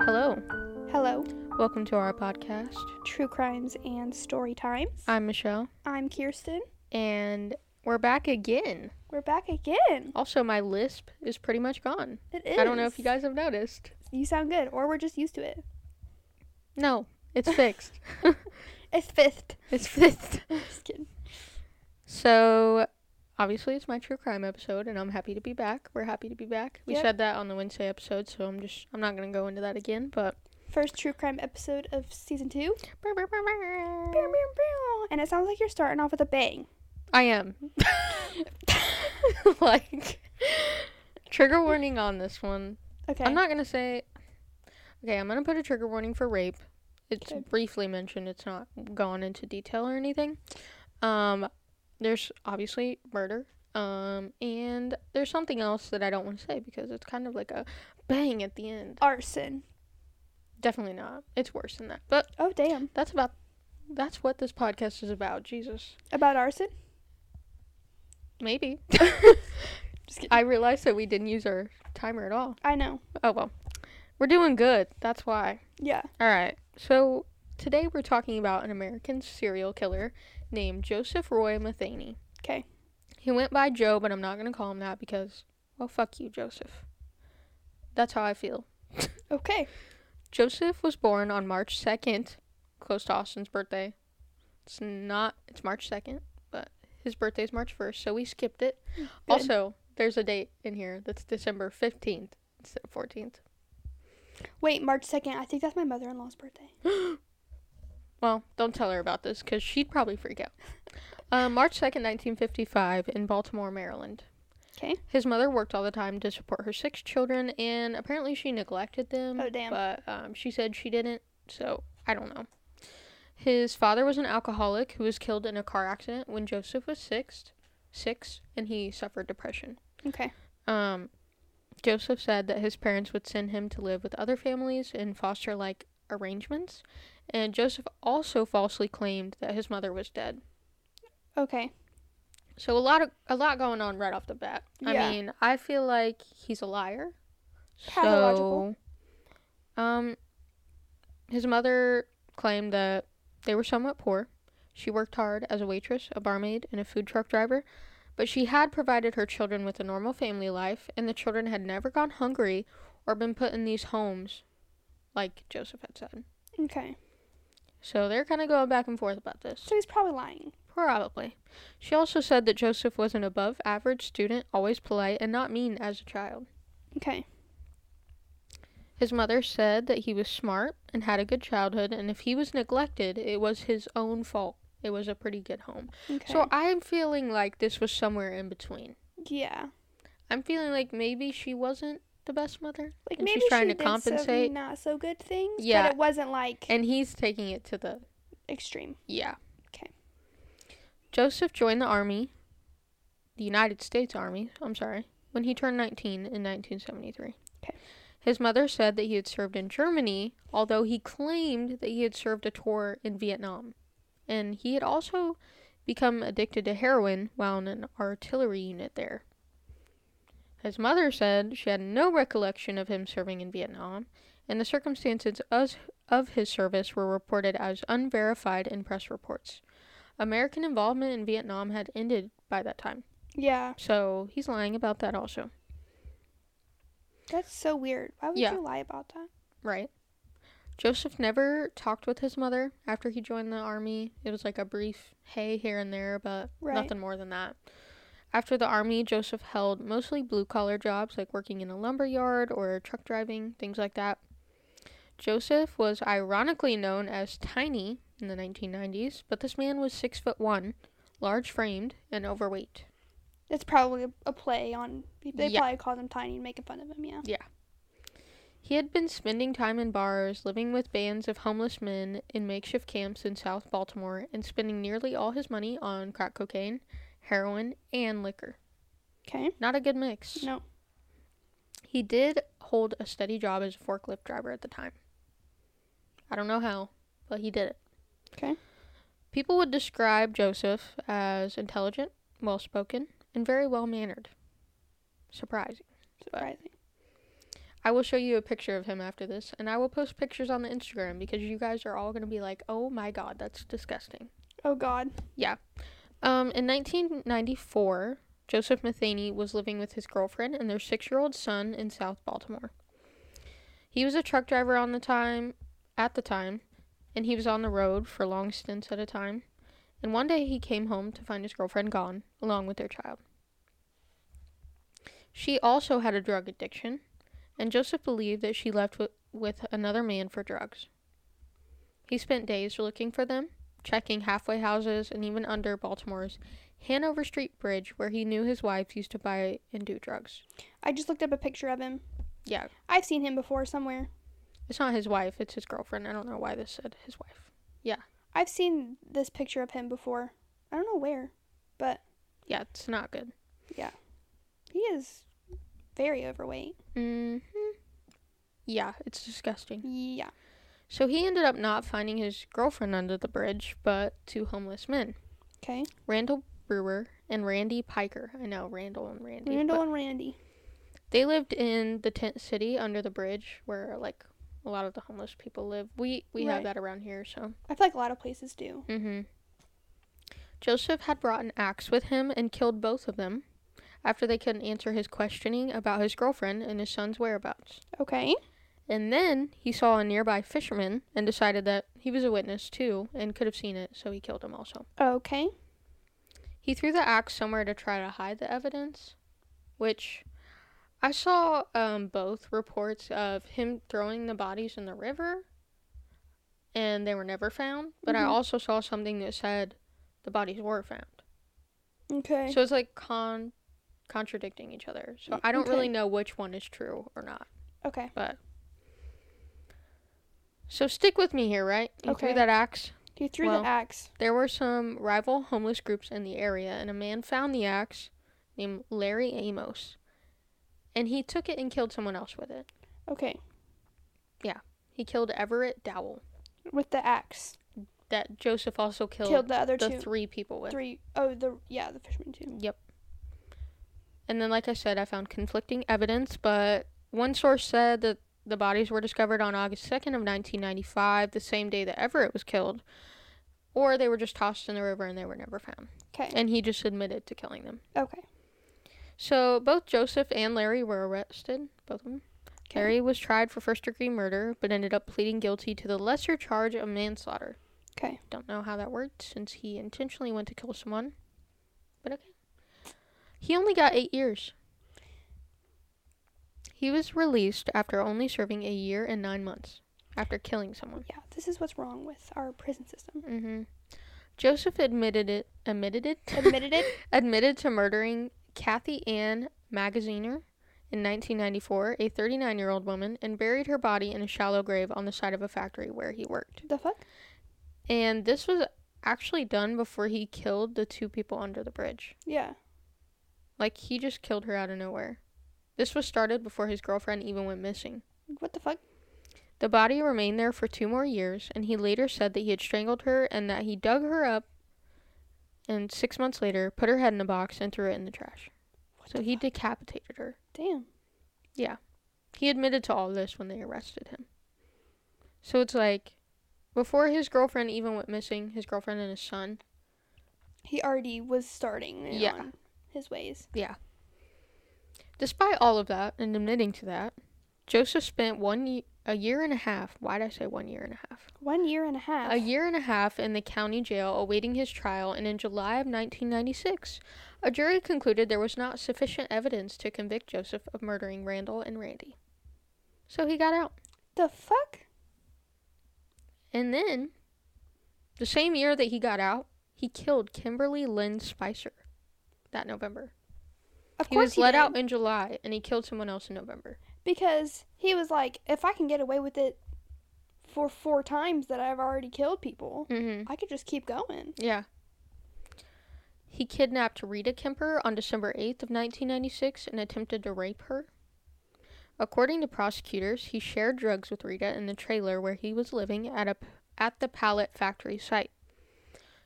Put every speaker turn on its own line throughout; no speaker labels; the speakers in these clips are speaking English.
Hello.
Hello.
Welcome to our podcast.
True crimes and story times.
I'm Michelle,
I'm Kirsten.
and we're back again.
We're back again.
Also, my lisp is pretty much gone.
It is.
I don't know if you guys have noticed.
You sound good, or we're just used to it.
No, it's fixed.
It's fifth.
it's fixed.
Just kidding.
So, obviously, it's my true crime episode, and I'm happy to be back. We're happy to be back. We
Yep.
said that on the Wednesday episode, so I'm just I'm not gonna go into that again. But
First true crime episode of season two. Pew, pew, pew. And it sounds like you're starting off with a bang.
I am like trigger warning on this one.
Okay.
I'm not gonna say. Okay, I'm gonna put a trigger warning for rape. It's
Okay.
briefly mentioned. It's not gone into detail or anything. Um, there's obviously murder. Um, and there's something else that I don't want to say because it's kind of like a bang at the end.
Arson.
Definitely not. It's worse than that. But
Oh damn.
that's about. That's what this podcast is about. Jesus.
About arson?
Maybe.
Just kidding.
I realized that we didn't use our timer at all.
I know.
Oh well. We're doing good. That's why.
Yeah.
All right. So today we're talking about an American serial killer named Joseph Roy Matheny.
'Kay.
He went by Joe, but I'm not going to call him that because, well, fuck you, Joseph. That's how I feel.
Okay.
Joseph was born on March 2nd, close to Austin's birthday. It's not, it's March 2nd, but his birthday's March 1st, so we skipped it. Also, there's a date in here that's December 15th instead of 14th.
Wait, March second. I think that's my mother in law's birthday.
Well, don't tell her about this because she'd probably freak out. Uh, March 2nd, 1955, in Baltimore, Maryland.
'Kay.
His mother worked all the time to support her six children, and apparently she neglected them.
Oh, damn.
But um, she said she didn't, so I don't know. His father was an alcoholic who was killed in a car accident when Joseph was six, six, and he suffered depression.
Okay.
Um, Joseph said that his parents would send him to live with other families in foster like arrangements, and Joseph also falsely claimed that his mother was dead.
Okay.
So a lot of a lot going on right off the bat.
Yeah.
I mean, I feel like he's a liar.
Pathological.
So, um, his mother claimed that they were somewhat poor. She worked hard as a waitress, a barmaid, and a food truck driver, but she had provided her children with a normal family life, and the children had never gone hungry or been put in these homes, like Joseph had said.
Okay.
So they're kind of going back and forth about this.
So he's probably lying.
Probably. She also said that Joseph was an above average student, always polite and not mean as a child.
Okay.
His mother said that he was smart and had a good childhood, and if he was neglected, it was his own fault. It was a pretty good home.
Okay.
So I'm feeling like this was somewhere in between.
yeah.
I'm feeling like maybe she wasn't the best mother,
Like
And
maybe
she's trying to
she did
compensate.
some not so good things.
Yeah.
But it wasn't like
and he's taking it to the
extreme.
Yeah.
'Kay.
Joseph joined the Army, the United States Army, I'm sorry, when he turned 19 in 1973.
'Kay.
His mother said that he had served in Germany, although he claimed that he had served a tour in Vietnam. And he had also become addicted to heroin while in an artillery unit there. His mother said she had no recollection of him serving in Vietnam, and the circumstances of of his service were reported as unverified in press reports. American involvement in Vietnam had ended by that time,
Yeah.
so he's lying about that also,
That's so weird. Why would
Yeah.
you lie about that?
right? Joseph never talked with his mother after he joined the army. It was like a brief hey here and there, but
Right.
nothing more than that. After the army, Joseph held mostly blue collar jobs like working in a lumber yard or truck driving, things like that. Joseph was ironically known as Tiny in the 1990s, but this man was six foot one, large framed, and overweight.
It's probably a, a play on. They
Yeah.
probably called him Tiny and making fun of him. Yeah.
He had been spending time in bars, living with bands of homeless men in makeshift camps in South Baltimore, and spending nearly all his money on crack cocaine, heroin, and liquor.
Okay.
Not a good mix.
No.
He did hold a steady job as a forklift driver at the time. I don't know how, but he did it.
Okay.
People would describe Joseph as intelligent, well spoken, and very well mannered. Surprising.
Surprising.
I will show you a picture of him after this, and I will post pictures on the Instagram because you guys are all going to be like, oh my god, that's disgusting.
Oh God.
Um, in 1994, Joseph Matheny was living with his girlfriend and their six year old son in South Baltimore. He was a truck driver on the time, at the time, and he was on the road for long stints at a time. And one day he came home to find his girlfriend gone, along with their child. She also had a drug addiction, and Joseph believed that she left with, with another man for drugs. He spent days looking for them, checking halfway houses and even under Baltimore's Hanover Street Bridge, where he knew his wife used to buy and do drugs.
I just looked up a picture of him.
Yeah.
I've seen him before somewhere.
It's not his wife, it's his girlfriend. I don't know why this said his wife.
I've seen this picture of him before. I don't know where, but
Yeah, it's not good.
he is very overweight.
hmm Yeah, it's disgusting.
Yeah.
So he ended up not finding his girlfriend under the bridge, but two homeless men,
Okay.
Randall Brewer and Randy Piker. I know, Randall and Randy.
Randall
but-
and Randy.
They lived in the tent city under the bridge where like a lot of the homeless people live. We we have
Right.
that around here, so
I feel like a lot of places do.
Mm-hmm. Joseph had brought an axe with him and killed both of them after they couldn't answer his questioning about his girlfriend and his son's whereabouts.
Okay.
And then he saw a nearby fisherman and decided that he was a witness too and could have seen it, so he killed him also.
Okay.
He threw the axe somewhere to try to hide the evidence, which I saw um, both reports of him throwing the bodies in the river and they were never found, but I
Mhm.
also saw something that said the bodies were found.
Okay.
So it's like con contradicting each other. So
Mm,
I don't really
okay.
know which one is true or not.
okay.
So stick with me here, right? You threw
Okay.
that axe.
He threw
Well-
the axe.
There were some rival homeless groups in the area, and a man found the axe named Larry Amos. And he took it and killed someone else with it.
Okay.
He killed Everett Dowell,
With the axe.
that Joseph also killed,
Killed the other
the
two.
three people with.
Three oh the yeah, the fisherman too.
Yep. And then, like I said, I found conflicting evidence, but one source said that the bodies were discovered on August 2nd of 1995, the same day that Everett was killed, or they were just tossed in the river and they were never found.
Okay.
And he just admitted to killing them.
Okay.
So both Joseph and Larry were arrested, both of them.
Okay.
Larry was tried for first degree murder, but ended up pleading guilty to the lesser charge of manslaughter.
Okay.
Don't know how that worked since he intentionally went to kill someone. But okay. He only got eight years. He was released after only serving a year and nine months after killing someone.
Yeah, this is what's wrong with our prison system.
hmm Joseph admitted it. Admitted it.
Admitted it.
admitted to murdering Kathy Ann Magaziner in 1994, a 39 year old woman, and buried her body in a shallow grave on the side of a factory where he worked.
The fuck?
And this was actually done before he killed the two people under the bridge.
Yeah.
Like, he just killed her out of nowhere. This was started before his girlfriend even went missing.
What the fuck?
The body remained there for two more years, and he later said that he had strangled her and that he dug her up and six months later put her head in a box and threw it in the trash.
What
So
the
he
fuck?
decapitated her.
Damn.
He admitted to all this when they arrested him. So it's like, before his girlfriend even went missing, his girlfriend and his son,
He already was starting in
Yeah.
on his ways.
despite all of that and admitting to that, Joseph spent one ye- a year and a half. Why did I say one year and a half?
One year and a half.
A year and a half in the county jail awaiting his trial, and in July of 1996, a jury concluded there was not sufficient evidence to convict Joseph of murdering Randall and Randy. So he got out.
The fuck?
And then, the same year that he got out, he killed Kimberly Lynn Spicer that November.
Of
He
course
was let
did.
out in July and he killed someone else in November.
because he was like, if I can get away with it for four times that I've already killed people,
Mm-hmm.
I could just keep going.
Yeah. He kidnapped Rita Kemper on December 8th of 1996 and attempted to rape her. According to prosecutors, he shared drugs with Rita in the trailer where he was living at a at the pallet factory site.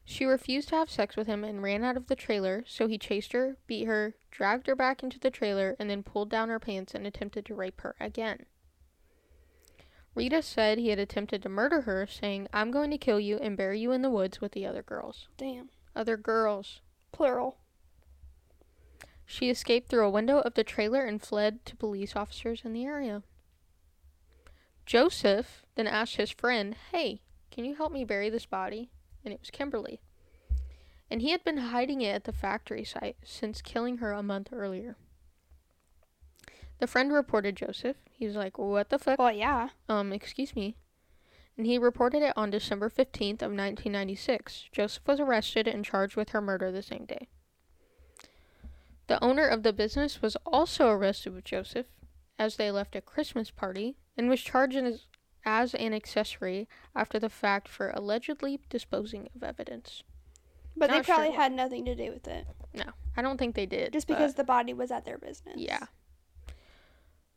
She refused to have sex with him and ran out of the trailer, so he chased her, beat her, dragged her back into the trailer, and then pulled down her pants and attempted to rape her again. Rita said he had attempted to murder her, saying, I'm going to kill you and bury you in the woods with the other girls.
Damn.
Other girls.
Plural.
She escaped through a window of the trailer and fled to police officers in the area. Joseph then asked his friend, Hey, can you help me bury this body? And it was Kimberly. And he had been hiding it at the factory site since killing her a month earlier. The friend reported Joseph. He was like, What the fuck?
Well, yeah.
um, excuse me. And he reported it on December 15th of 1996. Joseph was arrested and charged with her murder the same day. The owner of the business was also arrested with Joseph as they left a Christmas party and was charged as, as an accessory after the fact for allegedly disposing of evidence.
But they
Not sure
probably
why.
had nothing to do with it.
I don't think they did.
Just
but-
because the body was at their business.
Yeah.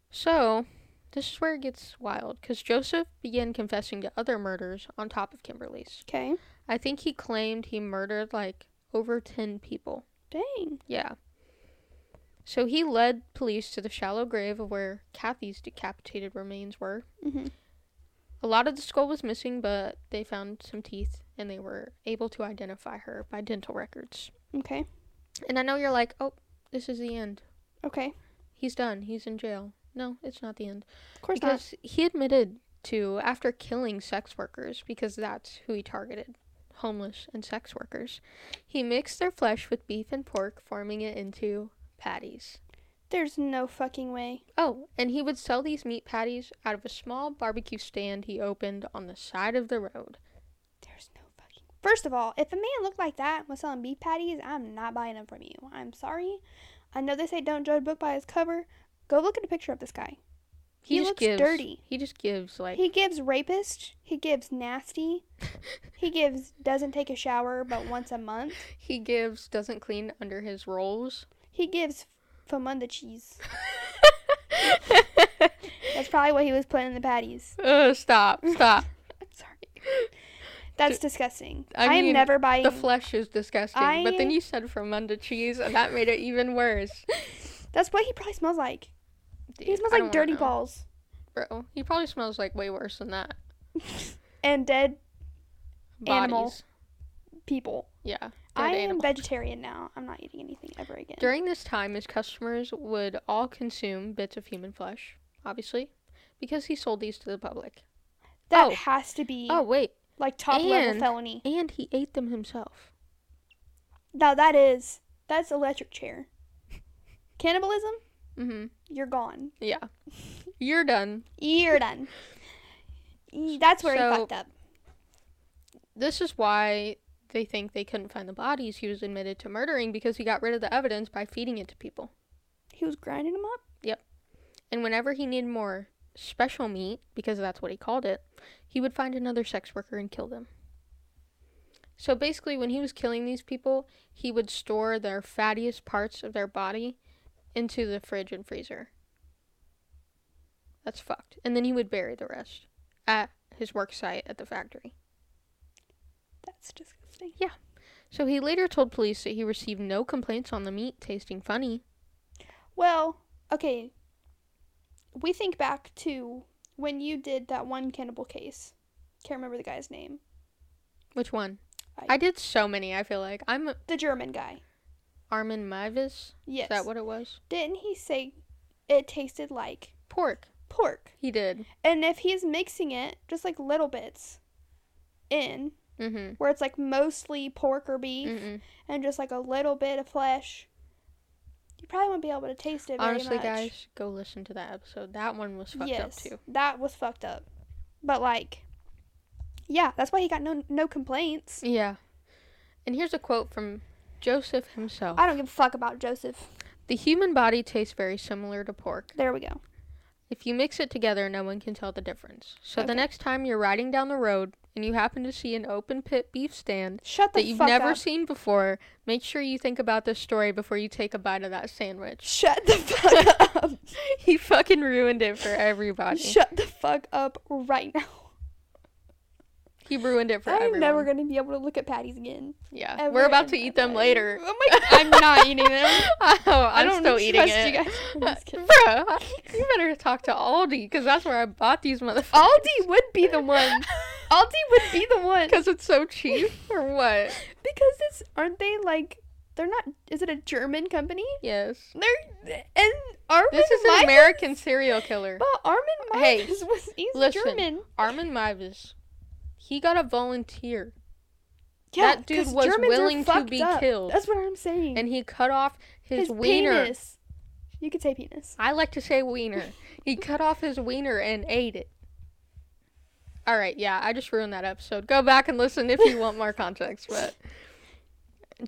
So, this is where it gets wild because Joseph began confessing to other murders on top of Kimberly's.
Okay.
I think he claimed he murdered like over 10 people.
Dang.
Yeah. So he led police to the shallow grave of where Kathy's decapitated remains were.
Mm-hmm.
A lot of the skull was missing, but they found some teeth and they were able to identify her by dental records.
Okay.
And I know you're like, oh, this is the end.
Okay.
He's done. He's in jail. No, it's not the end.
Of course not.
Because he admitted to, after killing sex workers, because that's who he targeted homeless and sex workers, he mixed their flesh with beef and pork, forming it into patties.
There's no fucking way.
Oh, and he would sell these meat patties out of a small barbecue stand he opened on the side of the road.
There's no fucking. First of all, if a man looked like that and was selling beef patties, I'm not buying them from you. I'm sorry. I know they say don't judge a book by its cover. Go look at a picture of this guy. He
just
looks
gives,
dirty.
He just gives, like,
He gives rapist. He gives nasty. he gives doesn't take a shower but once a month.
he gives, doesn't clean under his rolls.
He gives famunda cheese. That's probably what he was putting in the patties.
oh, stop, stop.
Sorry. That's disgusting.
I
I am
mean,
never buying.
The flesh is disgusting, but then
I-
you said from under cheese, and that made it even worse.
That's what he probably smells like. He
Dude,
smells
I don't
like
wanna
dirty
know.
balls
Bro, he probably smells like way worse than that.
and dead
Bodies.
Animal. people.
Yeah. dead
I am
animal.
vegetarian now. I'm not eating anything ever again.
During this time, his customers would all consume bits of human flesh, obviously, because he sold these to the public.
that
oh.
has to be
Oh, wait.
like top level
and-
felony.
And he ate them himself.
Now that is that's electric chair. Cannibalism,
Mm-hmm.
you're gone.
Yeah. You're done.
You're done. Y- That's where
So-
he fucked up.
This is why they think they couldn't find the bodies he was admitted to murdering because he got rid of the evidence by feeding it to people.
He was grinding them up.
And whenever he needed more special meat, because that's what he called it, he would find another sex worker and kill them. So basically, when he was killing these people, he would store their fattiest parts of their body into the fridge and freezer. That's fucked. And then he would bury the rest at his work site at the factory.
That's disgusting.
So he later told police that he received no complaints on the meat tasting funny.
Well, okay. We think back to when you did that one cannibal case. Can't remember the guy's name.
Which one?
I-
I did so many, I feel like. I'm
The German guy.
Armin Mivas.
Yes.
Is that what it was?
Didn't he say it tasted like
Pork.
pork?
He did.
And if he's mixing it, just like little bits in,
Mm-hmm.
where it's like mostly pork or beef
Mm-mm.
and just like a little bit of flesh, you probably won't be able to taste it very
Honestly,
much.
guys, go listen to that episode. That one was fucked up
yes,
too.
that was fucked up. But like, yeah, that's why he got no no complaints.
Yeah. And here's a quote from Joseph himself.
I don't give a fuck about Joseph.
The human body tastes very similar to pork.
There we go.
If you mix it together, no one can tell the difference. So
Okay.
the next time you're riding down the road and you happen to see an open pit beef stand
Shut the
that you've
fuck
never
up.
seen before, make sure you think about this story before you take a bite of that sandwich.
Shut the fuck up.
he fucking ruined it for everybody.
Shut the fuck up right now.
he ruined it for
I'm
everyone.
never gonna be able to look at patties again.
yeah,
ever
we're about
in
to
my
eat them
life.
later.
Oh my god, I'm not eating them.
Oh,
I
I'm
don't
still eating
trust
it.
you guys. I'm just kidding.
Bro, you better talk to Aldi because that's where I bought these motherfuckers.
Aldi would be the one. Aldi would be the one.
Because it's so cheap or what?
Because it's aren't they like they're not is it a German company?
Yes.
They're and Armin
This is an
Meiwes-
American serial killer.
But Armin
Hey,
Meiwes was he's
listen.
German.
Armin Meiwes. He got a volunteer
Yeah,
That dude
'cause
was
Germans are
willing to
fucked
be
up.
killed.
That's what I'm saying.
and he cut off his,
his
wiener.
penis. You could say penis.
I like to say wiener. he cut off his wiener and ate it. All right, yeah, I just ruined that episode. Go back and listen if you want more context, but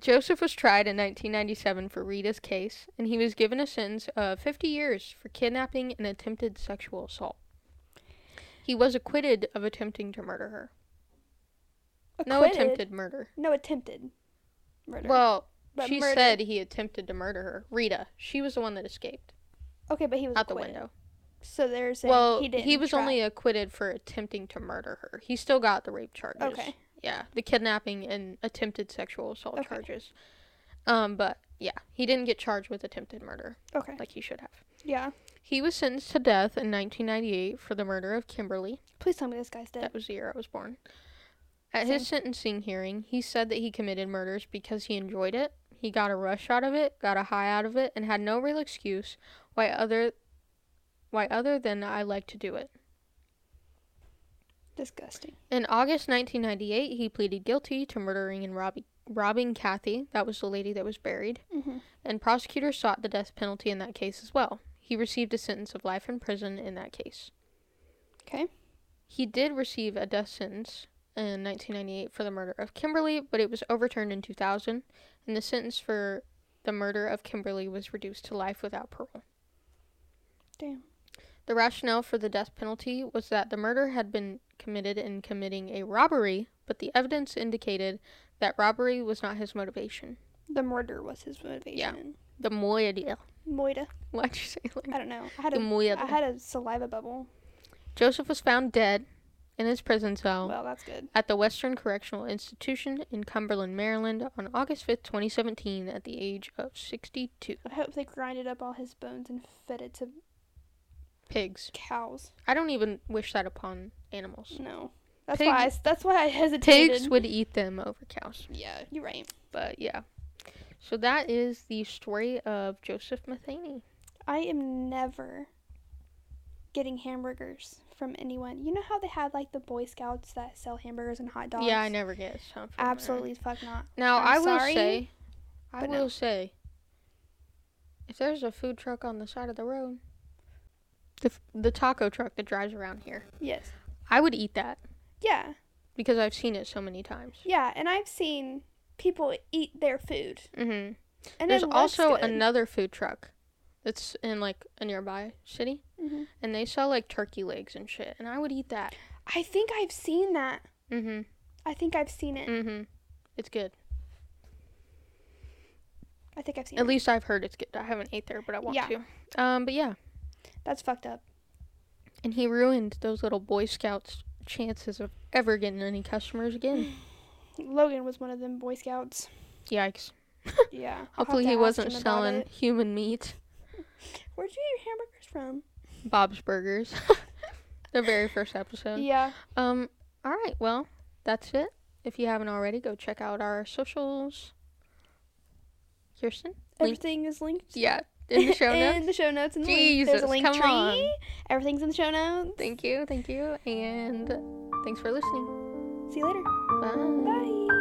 Joseph was tried in 1997 for Rita's case, and he was given a sentence of 50 years for kidnapping and attempted sexual assault. He was acquitted of attempting to murder her. No
Acquitted.
attempted murder.
No attempted murder.
Well,
But
she
murder.
said he attempted to murder her. Rita. She was the one that escaped
okay, but he was
out the
acquitted.
window.
So they're saying
Well,
he
he,
didn't.
was
try.
only acquitted for attempting to murder her. He still got the rape charges.
Okay.
Yeah, the kidnapping and attempted sexual assault
Okay.
charges. Um, but yeah, he didn't get charged with attempted murder
Okay.
like he should have.
Yeah.
He was sentenced to death in 1998 for the murder of Kimberly.
Please tell me this guy's dead.
That was the year I was born. At his sentencing hearing, he said that he committed murders because he enjoyed it. He got a rush out of it, got a high out of it, and had no real excuse why other why other than I like to do it.
Disgusting.
In August 1998, he pleaded guilty to murdering and robbing, robbing Kathy, that was the lady that was buried,
Mhm.
and prosecutors sought the death penalty in that case as well. He received a sentence of life in prison in that case.
Okay.
He did receive a death sentence in 1998 for the murder of Kimberly, but it was overturned in 2000, and the sentence for the murder of Kimberly was reduced to life without parole.
Damn.
The rationale for the death penalty was that the murder had been committed in committing a robbery, but the evidence indicated that robbery was not his motivation.
The murder was his motivation.
The moidia.
Moida.
Why'd you say it like
I don't know. I had
The
a
moida.
I had a saliva bubble.
Joseph was found dead in his prison cell
Well, that's good.
at the Western Correctional Institution in Cumberland, Maryland on August 5th, 2017 at the age of 62.
I hope they grinded up all his bones and fed it to
Pigs.
cows.
I don't even wish that upon animals.
No. That's
Pigs-
why I, s- that's why I hesitated.
Pigs would eat them over cows.
Yeah, you're right.
But yeah. So that is the story of Joseph Matheny.
I am never getting hamburgers from anyone. You know how they have like the Boy Scouts that sell hamburgers and hot dogs?
Yeah, I never get some. from there.
Absolutely fuck not.
Now
I'm
i will
sorry,
say, I
but
will
no.
say, if there's a food truck on the side of the road, the f- the taco truck that drives around here,
Yes.
I would eat that
Yeah.
because I've seen it so many times.
Yeah, and I've seen people eat their food.
hmm
And
There's
it looks
also
good.
another food truck that's in like a nearby city,
Mhm.
and they sell like turkey legs and shit, and I would eat that.
I think I've seen that.
hmm
I think I've seen it.
hmm It's good.
I think I've seen
At
it.
least I've heard it's good. I haven't ate there, but I want
Yeah.
to. Um, but yeah.
That's fucked up.
And he ruined those little Boy Scouts' chances of ever getting any customers again.
Logan was one of them Boy Scouts.
Yikes.
Yeah. I'll have
Hopefully
to
he
ask
wasn't
him about
selling
it.
human meat.
Where'd you get your hamburgers from?
Bob's Burgers. the very first episode.
Yeah.
Um, all right, well, that's it. If you haven't already, go check out our socials. Kirsten? Link-
Everything is linked
Yeah, in the show
in
notes.
the show notes and the link. There's
Jesus,
a link
come
tree.
on.
Everything's in the show notes.
Thank you, thank you, and thanks for listening.
See you later.
Bye.
Bye.